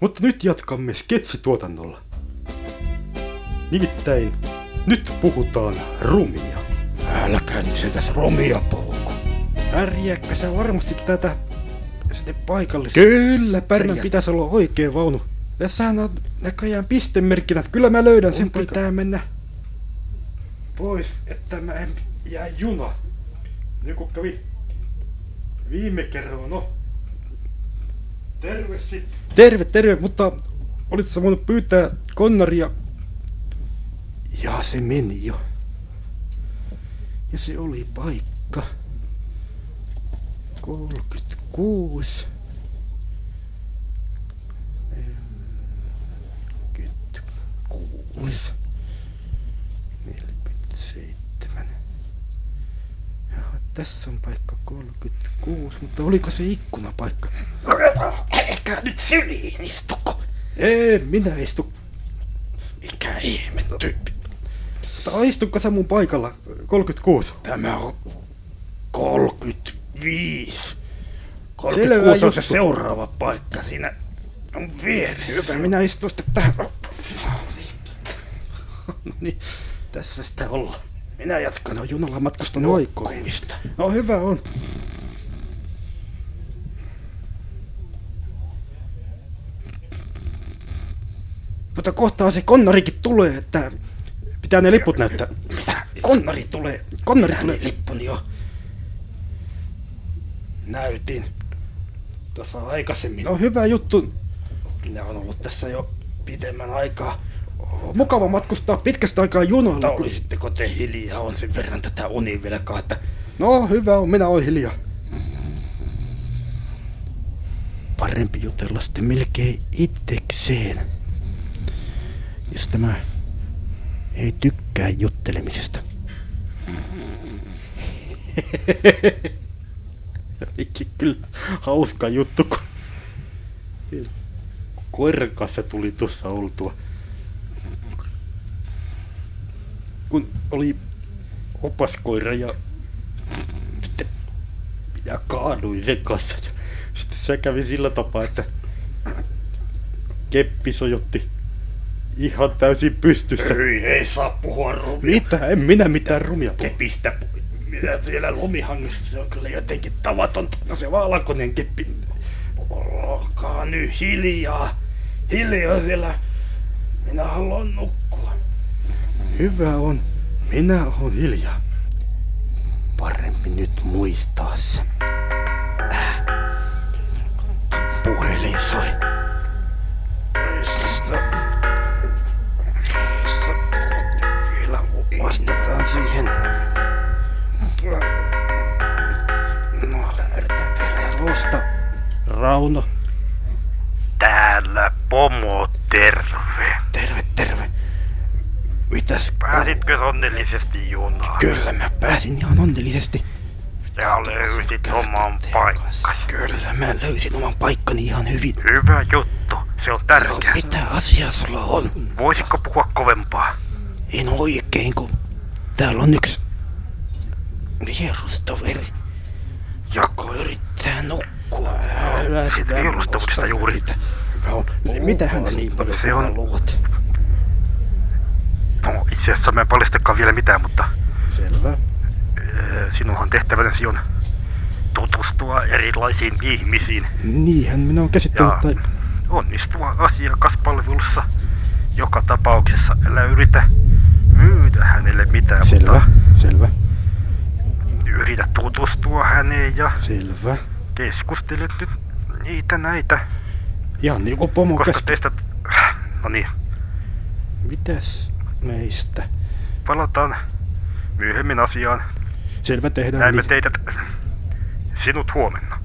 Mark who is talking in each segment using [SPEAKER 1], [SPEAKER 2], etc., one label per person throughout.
[SPEAKER 1] Mutta nyt jatkamme sketsituotannolla. Nimittäin nyt puhutaan rumia. Älkää nyt se tässä rumia puhuko. Ärjääkö sä varmasti tätä sinne paikallisesti? Kyllä, Pärjää. pitäisi olla oikea vaunu. Tässähän on näköjään pistemerkkinät. Kyllä mä löydän sen. Pitää mennä pois, että mä en jää juna. Niin kun kävi viime kerralla, no. Terve sitten. Terve, terve, mutta olit sä voinut pyytää konnaria? Ja se meni jo. Ja se oli paikka. 36. 46. 47. Jaha, tässä on paikka 36, mutta oliko se ikkunapaikka?
[SPEAKER 2] Älkää nyt syliin istuko.
[SPEAKER 1] Ei, minä istu.
[SPEAKER 2] Mikä ihme tyyppi.
[SPEAKER 1] Mutta istukko sä mun paikalla? 36.
[SPEAKER 2] Tämä on 35.
[SPEAKER 1] Selvä
[SPEAKER 2] 36 on se
[SPEAKER 1] juttu.
[SPEAKER 2] seuraava paikka siinä on vieressä.
[SPEAKER 1] Hyvä, minä istun sitten tähän. niin. No niin, tässä sitä ollaan. Minä jatkan, on junalla matkustanut aikoihin.
[SPEAKER 2] Mistä?
[SPEAKER 1] No hyvä on. Mutta kohtaa se konnarikin tulee, että pitää ne liput näyttää.
[SPEAKER 2] Mitä?
[SPEAKER 1] Konnari tulee, konnari tulee.
[SPEAKER 2] Tänne lippuni jo. Näytin. Tuossa aikaisemmin.
[SPEAKER 1] No hyvä juttu.
[SPEAKER 2] Minä on ollut tässä jo pitemmän aikaa.
[SPEAKER 1] On Mukava matkustaa pitkästä aikaa junalla.
[SPEAKER 2] Mutta
[SPEAKER 1] kun-
[SPEAKER 2] olisitteko te hiljaa? On sen verran tätä univelkaa, että
[SPEAKER 1] No hyvä on, minä olen hiljaa.
[SPEAKER 2] parempi jutella sitten melkein itsekseen. Jos tämä ei tykkää juttelemisesta.
[SPEAKER 1] Olikin kyllä hauska juttu, kun koiran kanssa tuli tuossa oltua. Kun oli opaskoira ja sitten minä kaaduin sen kanssa. Ja sitten se kävi sillä tapaa, että keppi sojotti ihan täysin pystyssä.
[SPEAKER 2] Ei, ei saa puhua rumia.
[SPEAKER 1] Mitä? En minä mitään rumia puhu.
[SPEAKER 2] Kepistä. pu- Minä siellä lumihangessa, se on kyllä jotenkin tavatonta. No se valkoinen keppi. Olkaa nyt hiljaa. Hiljaa siellä. Minä haluan nukkua.
[SPEAKER 1] Hyvä on. Minä olen hiljaa.
[SPEAKER 2] Parempi nyt muistaa se. Äh. Puhelin soi. Ei Sitä... Sitä... Vielä vastataan siihen. No, lähdetään vielä tuosta.
[SPEAKER 1] Rauno.
[SPEAKER 3] Täällä pomo terve.
[SPEAKER 2] Terve, terve. Mitäs? ku-
[SPEAKER 3] Pääsitkö onnellisesti junaan?
[SPEAKER 2] Kyllä mä pääsin ihan onnellisesti.
[SPEAKER 3] Ja löysit oman paikkasi.
[SPEAKER 2] Kyllä mä löysin oman paikkani ihan hyvin.
[SPEAKER 3] Hyvä juttu, se on tärkeää.
[SPEAKER 2] Mitä asiaa sulla on?
[SPEAKER 3] Voisitko puhua kovempaa?
[SPEAKER 2] En oikein, kun täällä on yksi vierustoveri, joka yrittää nukkua. Älä sitä
[SPEAKER 3] vierustoverista
[SPEAKER 2] arvosta
[SPEAKER 3] juuri.
[SPEAKER 2] yritä.
[SPEAKER 1] Niin mitä hän
[SPEAKER 2] Puhukaa niin paljon
[SPEAKER 3] Se
[SPEAKER 2] kuin
[SPEAKER 3] on-
[SPEAKER 2] haluat?
[SPEAKER 3] No, itse asiassa mä en paljastakaan vielä mitään, mutta
[SPEAKER 1] Selvä.
[SPEAKER 3] ö, sinunhan tehtävänäsi on tutustua erilaisiin ihmisiin
[SPEAKER 1] Niinhän minä olen käsittänyt.
[SPEAKER 3] ja
[SPEAKER 1] Tai...
[SPEAKER 3] onnistua asiakaspalvelussa. Joka tapauksessa älä yritä myydä hänelle mitään,
[SPEAKER 1] Selvä, selvä,
[SPEAKER 3] mutta yritä tutustua häneen ja
[SPEAKER 1] selvä.
[SPEAKER 3] keskustelet nyt niitä näitä,
[SPEAKER 1] Ihan niin kuin pomo
[SPEAKER 3] koska
[SPEAKER 1] käski.
[SPEAKER 3] teistä... No niin,
[SPEAKER 1] Mitäs meistä?
[SPEAKER 3] palataan myöhemmin asiaan.
[SPEAKER 1] Selvä tehdään
[SPEAKER 3] Näemme
[SPEAKER 1] niin.
[SPEAKER 3] teidät sinut huomenna.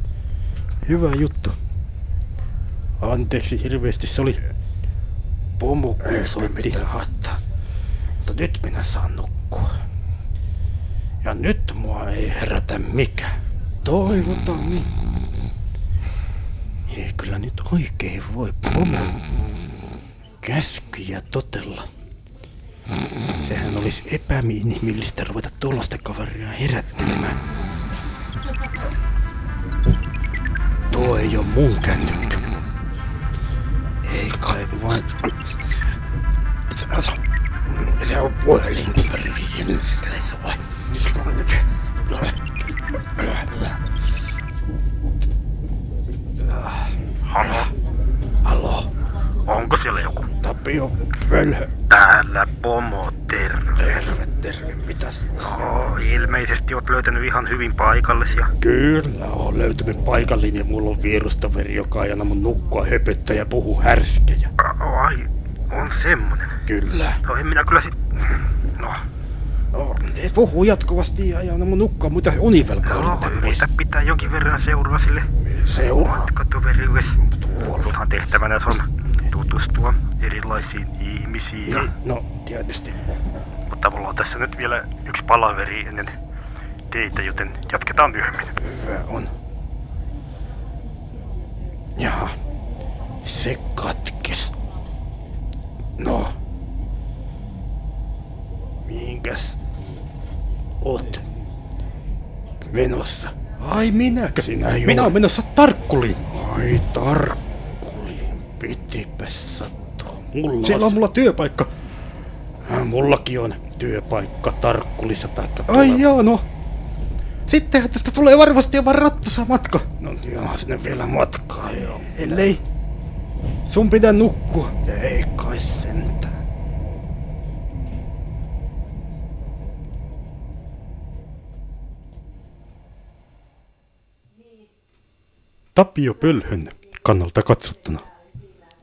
[SPEAKER 1] Hyvä juttu. Anteeksi hirveästi, se oli pomo kun soitti.
[SPEAKER 2] Mitä haittaa? Mutta nyt minä saan nukkua. Ja nyt mua ei herätä mikään.
[SPEAKER 1] Toivotaan niin.
[SPEAKER 2] Ei kyllä nyt oikein voi pomon käskyjä totella. Sehän olisi epäinhimillistä ruveta tuollaista kaveria herättelemään. Tuo ei ole mun kännykkä.
[SPEAKER 1] puhelin ympärille sisässä vai?
[SPEAKER 2] No
[SPEAKER 1] Ole hyvä.
[SPEAKER 3] Halo,
[SPEAKER 1] Halo,
[SPEAKER 3] onko siellä joku?
[SPEAKER 2] Tapio Völhö.
[SPEAKER 3] Täällä pomo, terve.
[SPEAKER 2] Terve, terve. Mitäs?
[SPEAKER 3] Oh, ilmeisesti oot löytänyt ihan hyvin paikallisia.
[SPEAKER 2] Kyllä, on löytynyt paikallinen. Mulla on vierustaveri, joka ei anna mun nukkua höpöttää ja puhu härskejä.
[SPEAKER 3] A- Ai, on semmonen.
[SPEAKER 2] Kyllä.
[SPEAKER 3] No en minä kyllä sit... No,
[SPEAKER 2] No, ne puhuu jatkuvasti ja ei anna mun nukkua, mutta univelkaa
[SPEAKER 3] no
[SPEAKER 2] yrittää
[SPEAKER 3] yritä
[SPEAKER 2] pois.
[SPEAKER 3] pitää jonkin verran seuraa sille
[SPEAKER 2] Seuraa
[SPEAKER 3] matkatoveriudes.
[SPEAKER 2] tuolla.
[SPEAKER 3] Sunhan tehtävänä on tutustua erilaisiin ihmisiin. Ja,
[SPEAKER 2] No, tietysti.
[SPEAKER 3] mutta mulla on tässä nyt vielä yksi palaveri ennen teitä, joten jatketaan myöhemmin.
[SPEAKER 2] Hyvä on. Jaha. Se katkes. No. Mihinkäs oot menossa?
[SPEAKER 1] Ai minäkö?
[SPEAKER 2] Sinä juuri.
[SPEAKER 1] Minä olen menossa tarkkuliin.
[SPEAKER 2] Ai tarkkuliin, pitipäs sattua. Mulla
[SPEAKER 1] Siellä on
[SPEAKER 2] on...
[SPEAKER 1] mulla työpaikka.
[SPEAKER 2] Äh, Mullakin on työpaikka tarkkulissa taikka
[SPEAKER 1] Ai joo, no. Sittenhän tästä tulee varmasti aivan rattasa matka.
[SPEAKER 2] No niin, onhan sinne vielä matkaa joo.
[SPEAKER 1] Ellei. Sun pitää nukkua.
[SPEAKER 2] Ei kai sentään.
[SPEAKER 1] Tapio Pölhön kannalta katsottuna.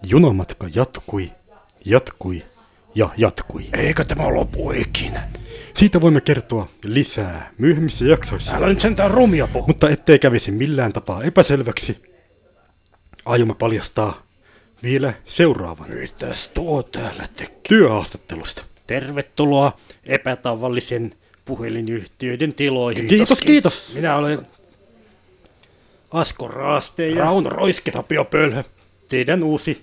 [SPEAKER 1] Junamatka jatkui, jatkui ja jatkui.
[SPEAKER 2] Eikö tämä lopu ikinä?
[SPEAKER 1] Siitä voimme kertoa lisää myöhemmissä jaksoissa.
[SPEAKER 2] Älä nyt sentään rumia puhu.
[SPEAKER 1] Mutta ettei kävisi millään tapaa epäselväksi, aiomme paljastaa vielä seuraavan
[SPEAKER 2] Mitäs tuo täällä tekee?
[SPEAKER 1] työhaastattelusta.
[SPEAKER 2] Tervetuloa epätavallisen puhelinyhtiöiden tiloihin.
[SPEAKER 1] Kiitos, kiitos.
[SPEAKER 2] Minä olen Asko Raaste ja Rauno Roiske Tapio Pölhö.
[SPEAKER 1] Teidän uusi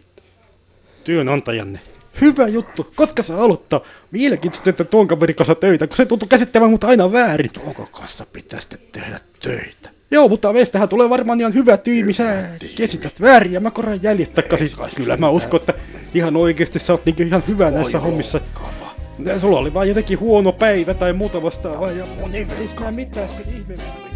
[SPEAKER 2] Työnantajanne.
[SPEAKER 1] Hyvä juttu. Koska se aloittaa? Mielenkiintoista, että tuon kaverin kanssa töitä, kun se tuntuu käsittävän mutta aina väärin.
[SPEAKER 2] Onko kanssa pitäisi sitten tehdä töitä?
[SPEAKER 1] Joo, mutta meistähän tulee varmaan ihan hyvä tiimi. Sä kesität väärin ja mä korjaan jäljet takaisin.
[SPEAKER 2] kai
[SPEAKER 1] Kyllä mä
[SPEAKER 2] sentään.
[SPEAKER 1] uskon, että ihan oikeasti sä oot niinku ihan hyvä näissä hommissa.
[SPEAKER 2] Kava.
[SPEAKER 1] Sulla oli vaan jotenkin huono päivä tai muuta vastaavaa. Ja...
[SPEAKER 2] Moni
[SPEAKER 1] Ei sitä mitään, se ihmeellinen.